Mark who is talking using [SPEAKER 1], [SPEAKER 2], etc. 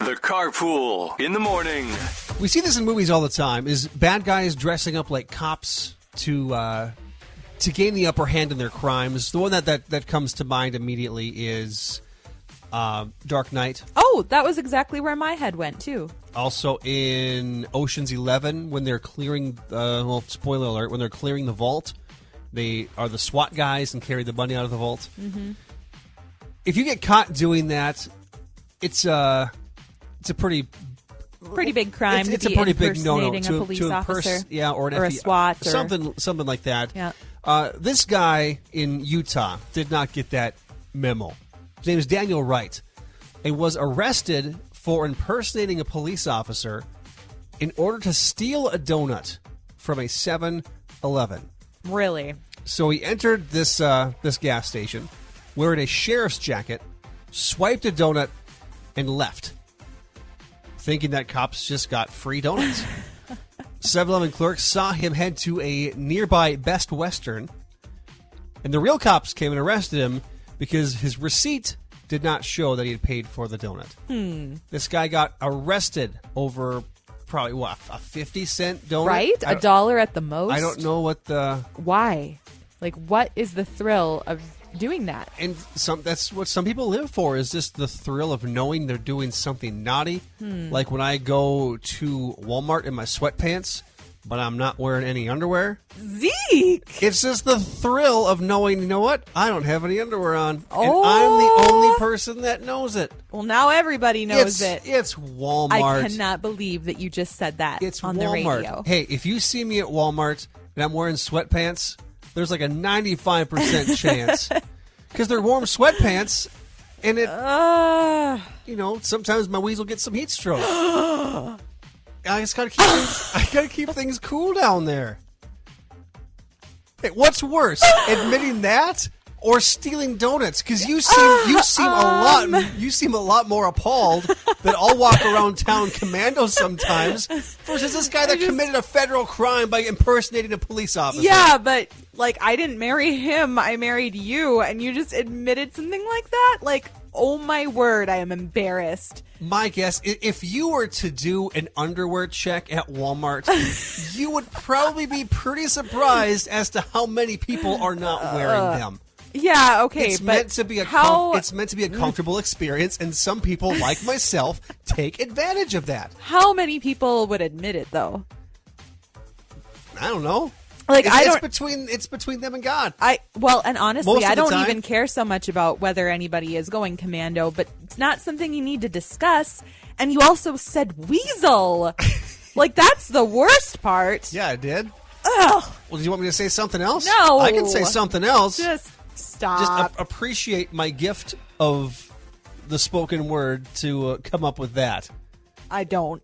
[SPEAKER 1] The carpool in the morning.
[SPEAKER 2] We see this in movies all the time: is bad guys dressing up like cops to uh, to gain the upper hand in their crimes. The one that that, that comes to mind immediately is uh, Dark Knight.
[SPEAKER 3] Oh, that was exactly where my head went too.
[SPEAKER 2] Also in Ocean's Eleven, when they're clearing, uh, well, spoiler alert, when they're clearing the vault, they are the SWAT guys and carry the money out of the vault. If you get caught doing that, it's a it's a pretty
[SPEAKER 3] Pretty big crime.
[SPEAKER 2] It's,
[SPEAKER 3] to
[SPEAKER 2] it's a
[SPEAKER 3] be
[SPEAKER 2] pretty big no-no
[SPEAKER 3] impersonating
[SPEAKER 2] to,
[SPEAKER 3] a police
[SPEAKER 2] to
[SPEAKER 3] officer.
[SPEAKER 2] imperson- yeah, or an
[SPEAKER 3] or a
[SPEAKER 2] FBI
[SPEAKER 3] SWAT or
[SPEAKER 2] something, something like that.
[SPEAKER 3] Yeah.
[SPEAKER 2] Uh, this guy in Utah did not get that memo. His name is Daniel Wright, and was arrested for impersonating a police officer in order to steal a donut from a 7-Eleven.
[SPEAKER 3] Really?
[SPEAKER 2] So he entered this uh, this gas station, wearing a sheriff's jacket, swiped a donut, and left, thinking that cops just got free donuts. 7-Eleven clerks saw him head to a nearby Best Western, and the real cops came and arrested him because his receipt did not show that he had paid for the donut.
[SPEAKER 3] Hmm.
[SPEAKER 2] This guy got arrested over probably what a fifty cent donut,
[SPEAKER 3] Right?
[SPEAKER 2] I
[SPEAKER 3] A dollar at the most.
[SPEAKER 2] I don't know what the
[SPEAKER 3] why. Like, what is the thrill of doing that?
[SPEAKER 2] and some that's what some people live for is just the thrill of knowing they're doing something naughty.
[SPEAKER 3] Hmm.
[SPEAKER 2] Like when I go to Walmart in my sweatpants, but I'm not wearing any underwear.
[SPEAKER 3] Zeke.
[SPEAKER 2] It's just the thrill of knowing, you know what? I don't have any underwear on, and I'm the
[SPEAKER 3] Oh.
[SPEAKER 2] only person that knows it.
[SPEAKER 3] Well, now everybody knows
[SPEAKER 2] it's,
[SPEAKER 3] it.
[SPEAKER 2] It's Walmart.
[SPEAKER 3] I cannot believe that you just said that
[SPEAKER 2] It's
[SPEAKER 3] on the
[SPEAKER 2] Walmart.
[SPEAKER 3] radio.
[SPEAKER 2] Hey, if you see me at Walmart and I'm wearing sweatpants, there's like a 95% chance because they're warm sweatpants, and it
[SPEAKER 3] Ah.
[SPEAKER 2] you know, sometimes my weasel gets some heat stroke. I just gotta keep things, I gotta keep things cool down there. Hey, what's worse, admitting that or stealing donuts? Because you seem you seem a lot you seem a lot more appalled that I'll walk around town commando sometimes versus this guy that committed a federal crime by impersonating a police officer.
[SPEAKER 3] Yeah, but like I didn't marry him, I married you, and you just admitted something like that? Like, oh my word, I am embarrassed.
[SPEAKER 2] My guess, i- if you were to do an underwear check at Walmart, you would probably be pretty surprised as to how many people are not wearing them.
[SPEAKER 3] Yeah, Uh, okay,
[SPEAKER 2] It's
[SPEAKER 3] but
[SPEAKER 2] meant to be a
[SPEAKER 3] how Mm.
[SPEAKER 2] com- it's meant to be a comfortable experience, and some people, like myself, take advantage of that.
[SPEAKER 3] how many people would admit it though?
[SPEAKER 2] I don't know.
[SPEAKER 3] Like,
[SPEAKER 2] it's,
[SPEAKER 3] I
[SPEAKER 2] it's
[SPEAKER 3] don't-
[SPEAKER 2] between it's between them and God.
[SPEAKER 3] I well, and
[SPEAKER 2] Most
[SPEAKER 3] honestly,
[SPEAKER 2] of
[SPEAKER 3] I
[SPEAKER 2] the
[SPEAKER 3] don't
[SPEAKER 2] time-
[SPEAKER 3] even care so much about whether anybody is going commando, but it's not something you need to discuss. And you also said weasel. like that's the worst part.
[SPEAKER 2] Yeah, I did.
[SPEAKER 3] Ugh,
[SPEAKER 2] Well, do you want me to say something else?
[SPEAKER 3] No.
[SPEAKER 2] I can say something else.
[SPEAKER 3] just stop.
[SPEAKER 2] just ap- appreciate my gift of the spoken word to uh, come up with that.
[SPEAKER 3] I don't.